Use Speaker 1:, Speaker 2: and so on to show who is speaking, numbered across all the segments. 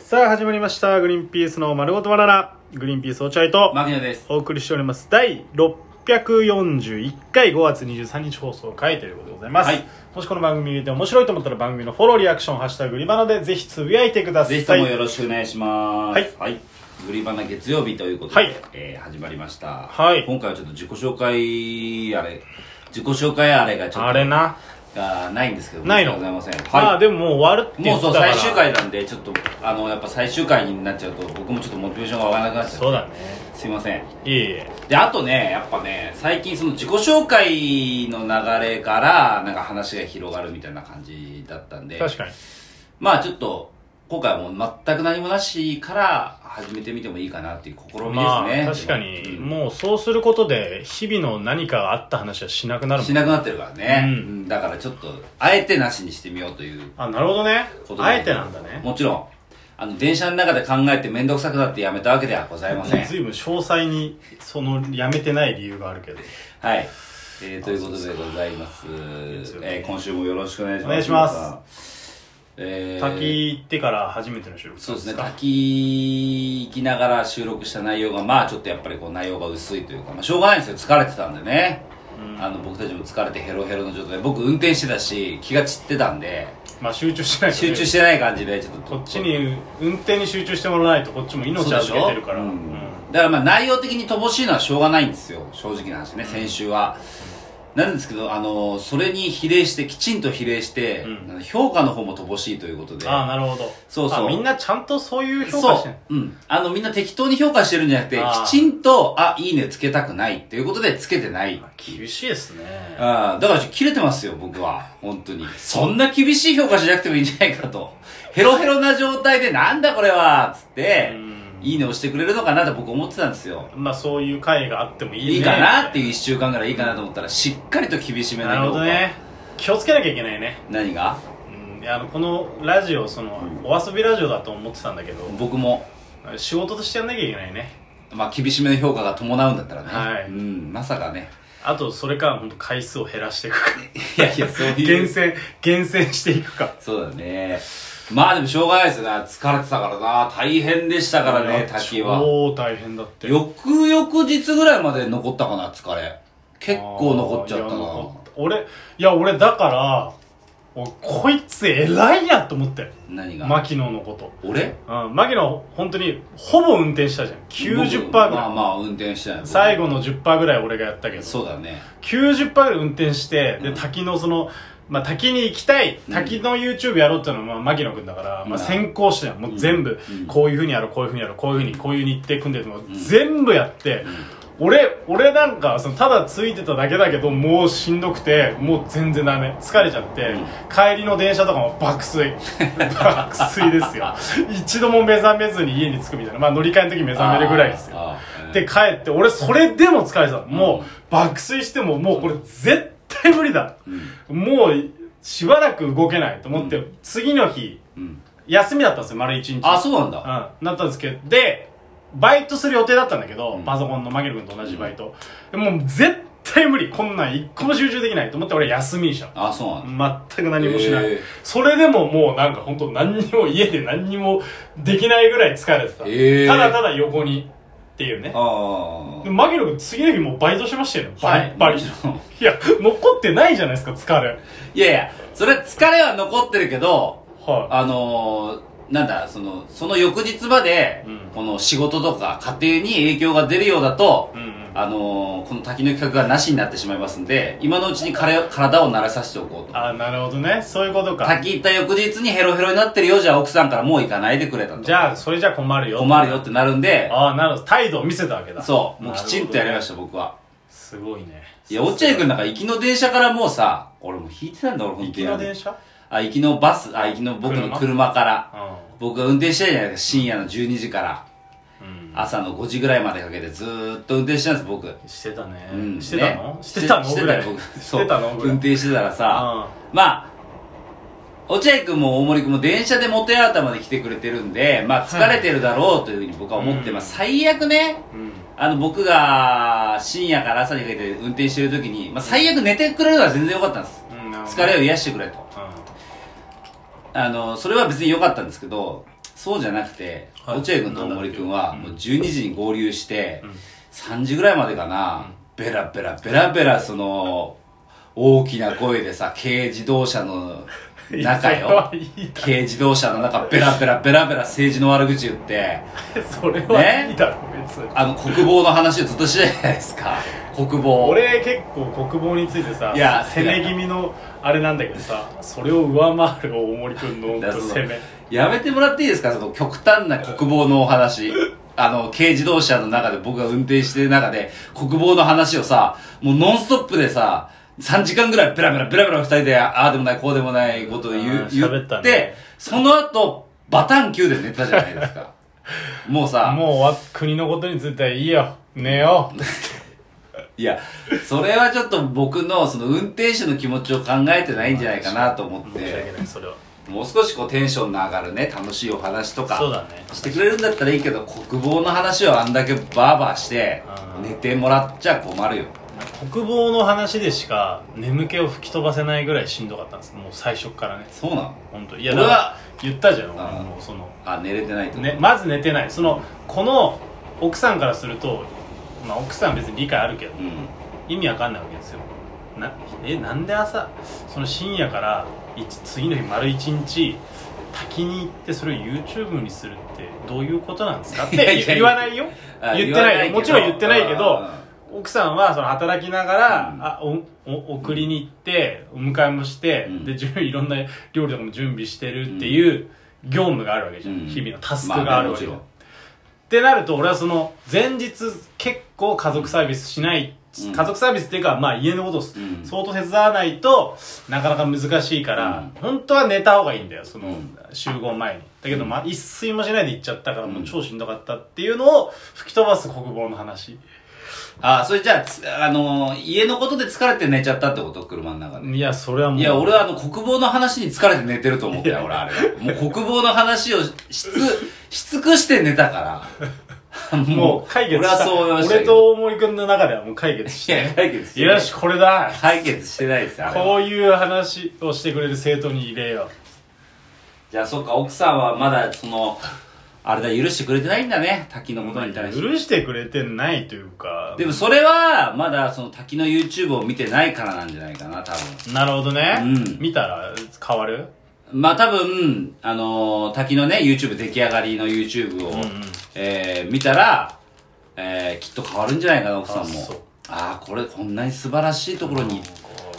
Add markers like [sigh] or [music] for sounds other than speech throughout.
Speaker 1: さあ始まりました「グリーンピースの丸ごとバナナ」グリーンピースお茶いと
Speaker 2: 牧野です
Speaker 1: お送りしております第641回5月23日放送回ということでございます、
Speaker 2: はい
Speaker 1: もしこの番組で面白いと思ったら番組のフォローリアクション「ハッシュタググリバナ」でぜひつぶやいてください
Speaker 2: ぜひともよろしくお願いします
Speaker 1: はい
Speaker 2: グリバナ月曜日ということで、
Speaker 1: はい
Speaker 2: えー始まりました、
Speaker 1: はい
Speaker 2: 今回はちょっと自己紹介あれ自己紹介あれがちょっと
Speaker 1: あれな、
Speaker 2: がないんですけど
Speaker 1: ないの
Speaker 2: 申し訳ございません
Speaker 1: ま
Speaker 2: は
Speaker 1: あ
Speaker 2: い
Speaker 1: でももう終わるって言
Speaker 2: も
Speaker 1: っ
Speaker 2: う
Speaker 1: てた
Speaker 2: そう
Speaker 1: から
Speaker 2: 最終回なんでちょっとあのやっぱ最終回になっちゃうと僕もちょっとモチベーションが上がらなくなっちゃ
Speaker 1: そううだね
Speaker 2: すいません
Speaker 1: いえいえ
Speaker 2: であとねやっぱね最近その自己紹介の流れからなんか話が広がるみたいな感じだったんで
Speaker 1: 確かに
Speaker 2: まあちょっと、今回はもう全く何もなしから始めてみてもいいかなっていう試みですね。
Speaker 1: まあ確かに、
Speaker 2: うん
Speaker 1: もうそうすることで日々の何かがあった話はしなくなるも
Speaker 2: し
Speaker 1: ん
Speaker 2: なくなってるからね、
Speaker 1: うん
Speaker 2: うんだからちょっと、あえてなしにしてみようという
Speaker 1: あなるほどね
Speaker 2: ことで
Speaker 1: あえてなんだね
Speaker 2: もちろん、あの、電車の中で考えて面倒くさくなってやめたわけではございません。
Speaker 1: ずいぶん詳細にそのやめてない理由があるけど
Speaker 2: はい。えー、ということでございます。
Speaker 1: すよね
Speaker 2: えー、今週もよろしくお願いします。
Speaker 1: お願いします
Speaker 2: す。えー、
Speaker 1: 滝行ってから初めての収録
Speaker 2: そうですね
Speaker 1: か
Speaker 2: 滝行きながら収録した内容がまあちょっとやっぱりこう内容が薄いというか、まあ、しょうがないんですよ疲れてたんでね、
Speaker 1: うん
Speaker 2: あの僕たちも疲れてヘロヘロの状態で僕運転してたし気が散ってたんで
Speaker 1: まあ集中しないとね
Speaker 2: 集中してない感じでちょっと
Speaker 1: こっちに運転に集中してもらわないとこっちも命預けてるから
Speaker 2: そううでしょ
Speaker 1: ん
Speaker 2: うんだからまあ内容的に乏しいのはしょうがないんですよ正直な話ね先週は、なんですけどあのそれに比例してきちんと比例して、
Speaker 1: うん
Speaker 2: あの評価の方も乏しいということで
Speaker 1: ああなるほど
Speaker 2: そうそう
Speaker 1: あみんなちゃんとそういう評価して
Speaker 2: そ
Speaker 1: る
Speaker 2: う。うん。あの、みんな適当に評価してるんじゃなくて、
Speaker 1: あー
Speaker 2: きちんと、あ、いいねつけたくないっていうことでつけてない。
Speaker 1: 厳しいですね
Speaker 2: あーだから、切れてますよ、僕は。本当に。そんな厳しい評価しなくてもいいんじゃないかと。ヘロヘロな状態で、なんだこれはつっ
Speaker 1: う
Speaker 2: て、
Speaker 1: ん
Speaker 2: いいねをしてくれるのかなと僕思ってたんですよ。
Speaker 1: まあそういう回があってもいいね
Speaker 2: いいかなっていう一週間ぐらいいいかなと思ったら、しっかりと厳しめな
Speaker 1: なる
Speaker 2: 評
Speaker 1: ほ
Speaker 2: 価。
Speaker 1: どね気をつけなきゃいけないね
Speaker 2: 何が
Speaker 1: うんいやあのこのラジオその
Speaker 2: うん
Speaker 1: お遊びラジオだと思ってたんだけど
Speaker 2: 僕も、
Speaker 1: 仕事としてやんなきゃいけないね
Speaker 2: まあ、厳しめの評価が伴うんだったらね。
Speaker 1: はい
Speaker 2: うん、まさかね。
Speaker 1: あとそれから本当回数を減らしていくか
Speaker 2: いやいや、そういう。
Speaker 1: 厳選厳選していくか
Speaker 2: そうだね。まあでもしょうがないですよね。疲れてたからな。大変でしたからね、滝は。
Speaker 1: 超大変だって
Speaker 2: 翌々日ぐらいまで残ったかな、疲れ。結構残っちゃった
Speaker 1: いや
Speaker 2: な。
Speaker 1: 残った俺いや俺だからおこいつ偉いやと思って
Speaker 2: 何が、
Speaker 1: 牧野のこと
Speaker 2: 俺
Speaker 1: うん牧野本当にほぼ運転したじゃん90%ぐらい、
Speaker 2: まあまあ、運転してない。
Speaker 1: 最後の10%ぐらい俺がやったけど
Speaker 2: そうだね。
Speaker 1: 90%ぐらい運転して、
Speaker 2: う
Speaker 1: で
Speaker 2: ん
Speaker 1: 滝のその、まあ、滝に行きたい
Speaker 2: うん
Speaker 1: 滝の YouTube やろうっていうのは、まあ、牧野君だから、まあ、
Speaker 2: うん
Speaker 1: 先行してたよもう全部、
Speaker 2: うん
Speaker 1: こういうふうにやろうこういうふうにやろうこういうふうにこういう日程組んでるのを
Speaker 2: ん
Speaker 1: 全部やって、俺俺なんかそのただついてただけだけどもうしんどくてもう全然ダメ疲れちゃって、
Speaker 2: うん
Speaker 1: 帰りの電車とかも爆
Speaker 2: [laughs]
Speaker 1: 睡爆睡ですよ一度も目覚めずに家に着くみたいな、まあ、乗り換えの時目覚めるぐらいですよ
Speaker 2: あー。
Speaker 1: で帰って俺それでも疲れてたもう爆睡してももうこれ絶対無理だ
Speaker 2: うん、
Speaker 1: もうしばらく動けないと思って、
Speaker 2: う
Speaker 1: 次の日
Speaker 2: うん。
Speaker 1: 休みだったんですよ丸一日
Speaker 2: あ、そうなんだ。
Speaker 1: うん、なったんですけどでバイトする予定だったんだけど、
Speaker 2: うん
Speaker 1: パソコンのマギル君と同じバイト、でもう絶対無理こんなん一個も集中できないと思って俺休みにした
Speaker 2: あ、そうなんだ。
Speaker 1: 全く何もしない、
Speaker 2: えー
Speaker 1: それでももうなんか本当何にも家で何にもできないぐらい疲れてた、
Speaker 2: えー
Speaker 1: ただただ横にっていうね
Speaker 2: あ
Speaker 1: でマギロ君次の日もうバイトしましたよねバリッバリ、
Speaker 2: [laughs] もちろん
Speaker 1: いや残ってないじゃないですか疲れ
Speaker 2: いやいや、それ疲れは残ってるけど、
Speaker 1: は
Speaker 2: あのー、なんだ、その、その翌日まで、
Speaker 1: うん
Speaker 2: この仕事とか家庭に影響が出るようだと、
Speaker 1: い、うんうん、
Speaker 2: あのー、この滝の企画がなしになってしまいますんで、今のうちに彼を体を慣れさせておこうと。
Speaker 1: あなるほどねそういうことか
Speaker 2: 滝行った翌日にヘロヘロになってるよ、じゃあ奥さんからもう行かないでくれたと。
Speaker 1: じゃあそれじゃ困るよ
Speaker 2: 困るよってなるんで、
Speaker 1: ああなるほど態度を見せたわけだ
Speaker 2: そう、もうきちんとやりましたた、僕は。
Speaker 1: すごいね
Speaker 2: いや、落合くんなんか行きの電車からもうさ、俺もう引いてたんだ、俺、本
Speaker 1: 行
Speaker 2: 当
Speaker 1: き
Speaker 2: に。
Speaker 1: の電車
Speaker 2: あ、行きのバス、あ、行きの僕の
Speaker 1: 車
Speaker 2: 車から。
Speaker 1: う
Speaker 2: 僕が運転してたじゃないですか、深夜の12時から。
Speaker 1: ん、
Speaker 2: 朝の5時ぐらいまでかけてずーっと運転してたんです僕、
Speaker 1: うん、してたね、
Speaker 2: うん、
Speaker 1: してたの、
Speaker 2: ね
Speaker 1: してたの
Speaker 2: して
Speaker 1: ぐ
Speaker 2: た
Speaker 1: ら
Speaker 2: よ
Speaker 1: い [laughs]
Speaker 2: 僕
Speaker 1: し
Speaker 2: そう
Speaker 1: てたのぐら
Speaker 2: 運
Speaker 1: い
Speaker 2: 転してたらさ
Speaker 1: あ
Speaker 2: まあ落合君も大森君も電車で元八幡まで来てくれてるんでまあ疲れてるだろうというふうに僕は思ってます、最悪ね
Speaker 1: うん
Speaker 2: あの僕が深夜から朝にかけて運転してる時に、まあ、最悪寝てくれるのは全然良かったんです
Speaker 1: うんなるほど
Speaker 2: 疲れを癒してくれと
Speaker 1: う
Speaker 2: あのそれは別に良かったんですけどそうじゃなくて、
Speaker 1: はい
Speaker 2: 落合君と大森君は
Speaker 1: なん
Speaker 2: も
Speaker 1: だ
Speaker 2: う12時に合流して、
Speaker 1: うん
Speaker 2: 3時ぐらいまでかな、ベラベラベラベラその大きな声でさ軽自動車の
Speaker 1: いやそ
Speaker 2: 中
Speaker 1: れ
Speaker 2: よ
Speaker 1: はいいだ
Speaker 2: 軽自動車の中ベラベラベラベラ政治の悪口言って
Speaker 1: ろそれはいいだろ別に
Speaker 2: あの国防の話をずっとしてたじゃないですか国防
Speaker 1: 俺結構国防についてさ
Speaker 2: いや
Speaker 1: 攻め気味のあれなんだけどさそれを上回る大森君の本
Speaker 2: だか
Speaker 1: 当
Speaker 2: らその
Speaker 1: 攻め
Speaker 2: やめてもらっていいですかその極端な国防のお話。あの、軽自動車の中で僕が運転してる中で、国防の話をさ、もうノンストップでさ、3時間ぐらいベラベラベラベラ二人で、ああでもない、こうでもないことを言
Speaker 1: あ
Speaker 2: う
Speaker 1: ー
Speaker 2: 言
Speaker 1: 喋っ
Speaker 2: ったて
Speaker 1: ね、
Speaker 2: その後、バタン級で寝たじゃないで
Speaker 1: [laughs]
Speaker 2: すか。もうさ、
Speaker 1: もうわ国のことについてはいいよ寝よう
Speaker 2: いや、それはちょっと僕のその運転手の気持ちを考えてないんじゃないかなと思っ
Speaker 1: 申し訳
Speaker 2: て、
Speaker 1: ないそれは
Speaker 2: もう少しこうテンションの上がるね、楽しいお話とか、
Speaker 1: そうだね
Speaker 2: してくれるんだったらいいけど国防の話をあんだけバーバーして
Speaker 1: うん
Speaker 2: 寝てもらっちゃ困るよ
Speaker 1: 国防の話でしか眠気を吹き飛ばせないぐらいしんどかったんですもう最初からね
Speaker 2: そうなの
Speaker 1: 本当いや
Speaker 2: 俺
Speaker 1: だ
Speaker 2: は
Speaker 1: から言ったじゃん俺
Speaker 2: ああ
Speaker 1: もうその、
Speaker 2: あ寝れてないと
Speaker 1: ね、まず寝てないそのこの奥さんからすると、まあ、奥さんは別に理解あるけど
Speaker 2: うん
Speaker 1: 意味わかんないわけですよなえなんで朝その深夜から一次の日丸一日滝に行ってそれを YouTube にするってどういうことなんですかっ
Speaker 2: いやいやい
Speaker 1: て
Speaker 2: や
Speaker 1: 言わないよ
Speaker 2: あ
Speaker 1: 言ってないよ
Speaker 2: けど
Speaker 1: もちろん言ってないけど
Speaker 2: あ
Speaker 1: 奥さんはその働きながら、
Speaker 2: うん
Speaker 1: あおお送りに行ってお迎えもして、
Speaker 2: うん
Speaker 1: でじゅいろんな料理とかも準備してるっていう業務があるわけじゃん、
Speaker 2: うん
Speaker 1: 日々のタスクがあるわけじゃん、
Speaker 2: まあねもちろん
Speaker 1: ってなると俺はその前日結構家族サービスしない、
Speaker 2: うん
Speaker 1: 家族サービスっていうか、まあ、家のことを
Speaker 2: ん
Speaker 1: 相当手伝わないとなかなか難しいから、本当は寝た方がいいんだよその、
Speaker 2: うん
Speaker 1: 集合前にだけど、まあ、一睡もしないで行っちゃったからもううん超しんどかったっていうのを吹き飛ばす国防の話。
Speaker 2: あそれじゃあつあのー家のことで疲れて寝ちゃったってこと車の中で
Speaker 1: いや、それはもう。
Speaker 2: いや、俺はあの、国防の話に疲れて寝てると思ったよ、
Speaker 1: いや
Speaker 2: 俺、あれは。もう国防の話をしつ、し尽くして寝たから。
Speaker 1: もう解決した。
Speaker 2: 俺はそう思いましたけ
Speaker 1: 俺
Speaker 2: ど。
Speaker 1: と大森くんの中ではもう解決し
Speaker 2: いや、
Speaker 1: て。
Speaker 2: 解決してない。
Speaker 1: よし、これだ。
Speaker 2: 解決してないです、あれは
Speaker 1: こういう話をしてくれる生徒に入れよ
Speaker 2: じゃあそっか奥さんはまだそのあれだ許してくれてないんだね滝の
Speaker 1: う。
Speaker 2: ことに対して
Speaker 1: 許してくれてないというか。
Speaker 2: でもそれはまだその滝の YouTube を見てないからなんじゃないかな多分
Speaker 1: なるほどね。
Speaker 2: うん
Speaker 1: 見たら変わる
Speaker 2: まあ多分あのー滝のね YouTube 出来上がりの YouTube を、
Speaker 1: うんうん
Speaker 2: えー見たら、えーきっと変わるんじゃないかな奥さんも
Speaker 1: あそう
Speaker 2: ああこれこんなに素晴らしいところに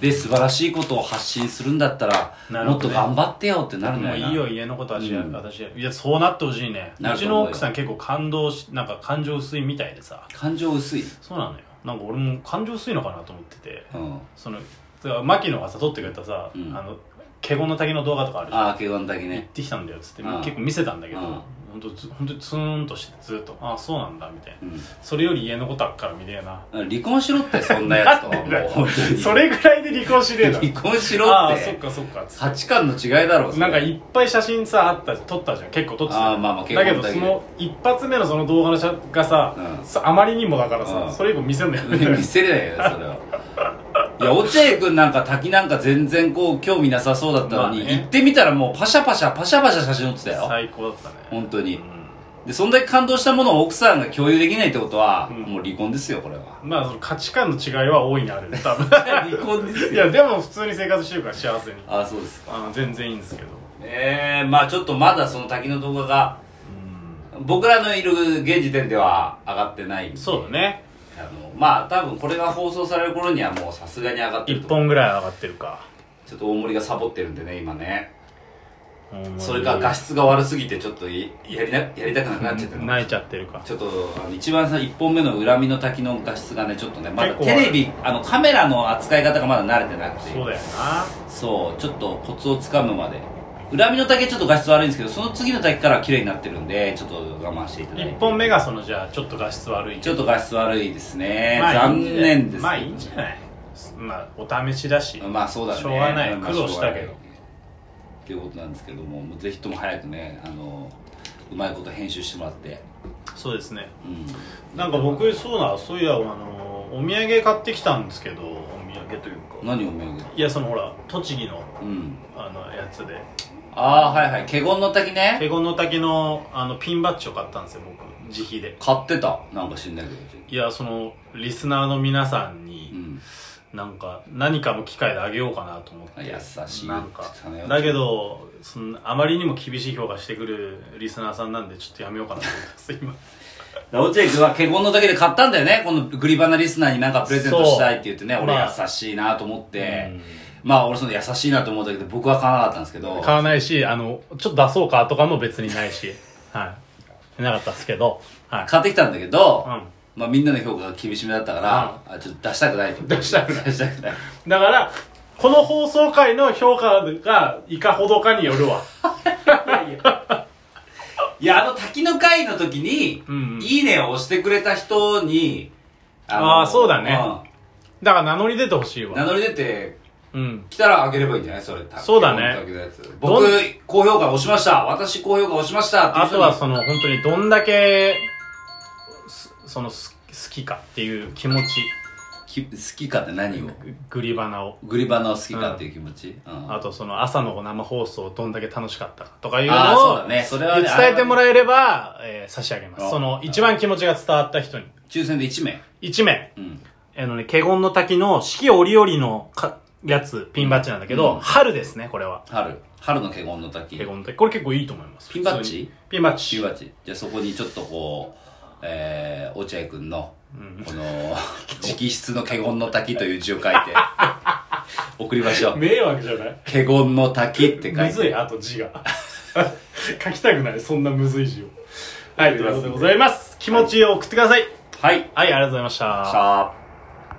Speaker 2: で素晴らしいことを発信するんだったら、
Speaker 1: なる
Speaker 2: もっ
Speaker 1: ほ
Speaker 2: と
Speaker 1: どね
Speaker 2: 頑張ってよってなるんじゃ
Speaker 1: もう
Speaker 2: ないい
Speaker 1: いよ、家のことは私や、
Speaker 2: うん
Speaker 1: 私や。いや、そうなってほしいね。
Speaker 2: な
Speaker 1: う
Speaker 2: る
Speaker 1: ち
Speaker 2: と思う
Speaker 1: の
Speaker 2: よ
Speaker 1: 奥さん結構感動し、なんか感情薄いみたいでさ。
Speaker 2: 感情薄い、
Speaker 1: そうなのよ。なんか俺も感情薄いのかなと思ってて。
Speaker 2: うん、
Speaker 1: そのだから牧野がさ撮ってくれたさ、
Speaker 2: うん
Speaker 1: あの華厳の滝の動画とかあるじゃん
Speaker 2: ああけどんだけね
Speaker 1: 行ってきたんだよっつって
Speaker 2: うん
Speaker 1: 結構見せたんだけど
Speaker 2: うん
Speaker 1: 本当ず本当にツーンとしてずっとああそうなんだみたいな
Speaker 2: うん
Speaker 1: それより家のことあっから見れえな
Speaker 2: 離婚しろってそんな
Speaker 1: [laughs]
Speaker 2: やつとはもう本当に
Speaker 1: それぐらいで離婚しね
Speaker 2: [laughs]
Speaker 1: えだ
Speaker 2: 離婚しろ
Speaker 1: ああ
Speaker 2: っ
Speaker 1: そってかそっかっつって
Speaker 2: 価値観の違いだろうそれ
Speaker 1: なんかいっぱい写真さあった撮ったじゃん結構撮ってた
Speaker 2: ああまあまあ結構
Speaker 1: だけどその一発目のその動画の写がさ,
Speaker 2: うん
Speaker 1: さ、あまりにもだから
Speaker 2: う
Speaker 1: さ
Speaker 2: ん [laughs]
Speaker 1: それ以降見せるのやめたよ
Speaker 2: 見せれないよそれはいや落合君なんか滝なんか全然こう興味なさそうだったのに、
Speaker 1: まあね
Speaker 2: 行ってみたらもうパシャパシャパシャパシャ写真撮ってたよ
Speaker 1: 最高だったね
Speaker 2: 本当に
Speaker 1: うん
Speaker 2: でそんだけ感動したものを奥さんが共有できないってことは、
Speaker 1: うん
Speaker 2: もう離婚ですよこれ
Speaker 1: [laughs]
Speaker 2: は
Speaker 1: まあその価値観の違いは大いにある多分
Speaker 2: [laughs] 離婚です
Speaker 1: い
Speaker 2: よ
Speaker 1: やでも普通に生活してるから幸せに
Speaker 2: ああそうですか
Speaker 1: あの全然いいんですけど
Speaker 2: ええまあちょっとまだその滝の動画が僕らのいる現時点では上がってないんで
Speaker 1: そうだね
Speaker 2: あのまあ多分これが放送される頃にはもうさすがに上がってる
Speaker 1: 1
Speaker 2: と思う
Speaker 1: 本ぐらい上がってるか
Speaker 2: ちょっと大盛りがサボってるんでね今ねそれか画質が悪すぎてちょっといやりなやりたくなくなっちゃってる
Speaker 1: 泣いちゃってるか
Speaker 2: ちょっとあの一番さ1本目の「恨みの滝」の画質がねちょっとねまだ
Speaker 1: 結構
Speaker 2: テレビあのカメラの扱い方がまだ慣れてなくて
Speaker 1: そうだよ
Speaker 2: そうちょっとコツをつかむまで恨みの滝はちょっと画質悪いんですけどその次の滝からは綺麗になってるんでちょっと我慢していた
Speaker 1: な
Speaker 2: だいて
Speaker 1: 1本目がそのじゃあちょっと画質悪い
Speaker 2: ちょっと画質悪いですね、
Speaker 1: まあ
Speaker 2: 残念ですけど
Speaker 1: まあいいんじゃないまあお試しだし
Speaker 2: まあそうだね
Speaker 1: しょうがない
Speaker 2: まあ
Speaker 1: 苦労したけど
Speaker 2: しょうがないっていうことなんですけどももうぜひとも早くねあのうまいこと編集してもらって、
Speaker 1: そうですね
Speaker 2: うん、
Speaker 1: なんか僕そうだそういやあのお土産買ってきたんですけどお土産というか
Speaker 2: 何を見る
Speaker 1: いやそのほら栃木の
Speaker 2: うん
Speaker 1: あのやつで
Speaker 2: ああ、はいはい。華厳の滝ね。
Speaker 1: 華厳の滝のあのピンバッジを買ったんですよ僕自費で
Speaker 2: 買ってた。なんか知んないけど。
Speaker 1: いやそのリスナーの皆さん
Speaker 2: う
Speaker 1: に、
Speaker 2: ん。
Speaker 1: なんか何かの機会であげようかなと思って
Speaker 2: 優しい
Speaker 1: なんか
Speaker 2: 言ってたね
Speaker 1: だけどそのあまりにも厳しい評価してくるリスナーさんなんでちょっとやめようかなと思ってます今
Speaker 2: 落合君は華厳の滝で買ったんだよね。このグリバナリスナーになんかプレゼントしたいって言ってね。
Speaker 1: そう
Speaker 2: 俺
Speaker 1: まあ
Speaker 2: 優しいなと思って。まあ俺その優しいなと思ったけど、僕は買わなかったんですけど。
Speaker 1: 買わないしあのちょっと出そうかとかも別にない [laughs] しはいなかったですけどはい
Speaker 2: 買ってきたんだけど、
Speaker 1: うん
Speaker 2: まあみんなの評価が厳しめだったから、あちょっと出したくないと。。
Speaker 1: 出したくない
Speaker 2: 出したくない。
Speaker 1: だから、この放送回の評価がいかほどかによるわ。
Speaker 2: いや、あの滝の会の時に、
Speaker 1: うんうん
Speaker 2: いいねを押してくれた人に、
Speaker 1: あーそうだねだから名乗り出てほしい
Speaker 2: うん名
Speaker 1: わ。
Speaker 2: 乗り出て
Speaker 1: うん。
Speaker 2: 来たらあげればいいんじゃないそれ。
Speaker 1: そうだね
Speaker 2: 滝のやつ
Speaker 1: ど
Speaker 2: 僕
Speaker 1: ん、
Speaker 2: 高評価押しました。私、高評価押しました。っていう
Speaker 1: あ
Speaker 2: 人
Speaker 1: と
Speaker 2: に
Speaker 1: はその、本当にどんだけ、すその、す好きかっていう気持ち、
Speaker 2: き好きかって何を
Speaker 1: グリバナを。
Speaker 2: グリバナを好きかっていう気持ち、うん
Speaker 1: あとその朝の生放送どんだけ楽しかったかとかいう
Speaker 2: あーそう
Speaker 1: の
Speaker 2: だ
Speaker 1: を
Speaker 2: ねそれはね
Speaker 1: 伝えてもらえれば、えー差し上げま
Speaker 2: あ
Speaker 1: す。その一番気持ちが伝わった人に。
Speaker 2: 抽選で1名、
Speaker 1: 1名。
Speaker 2: うん、
Speaker 1: あのね、華厳の滝の四季折々のかやつ、ピンバッジなんだけど、
Speaker 2: うん
Speaker 1: 春ですね、これは。
Speaker 2: 春春の華厳の滝
Speaker 1: 華厳の滝。これ結構いいと思います。
Speaker 2: ピンバッジ
Speaker 1: ピンバッ
Speaker 2: シ
Speaker 1: ジ。
Speaker 2: ュワチじゃあそこにちょっとこう、えー、落合君の
Speaker 1: うん
Speaker 2: この直筆の華厳の滝という字を
Speaker 1: [laughs]
Speaker 2: 書いて送りましょう
Speaker 1: 迷惑じゃない
Speaker 2: 華厳の滝って書
Speaker 1: む
Speaker 2: い
Speaker 1: ずい、
Speaker 2: て
Speaker 1: あと字が。 [laughs] 書きたくない、そんなむずい字を。はい、ということでございます。気持ちを送ってください。
Speaker 2: はい
Speaker 1: はい、ありがとうございました。
Speaker 2: さあ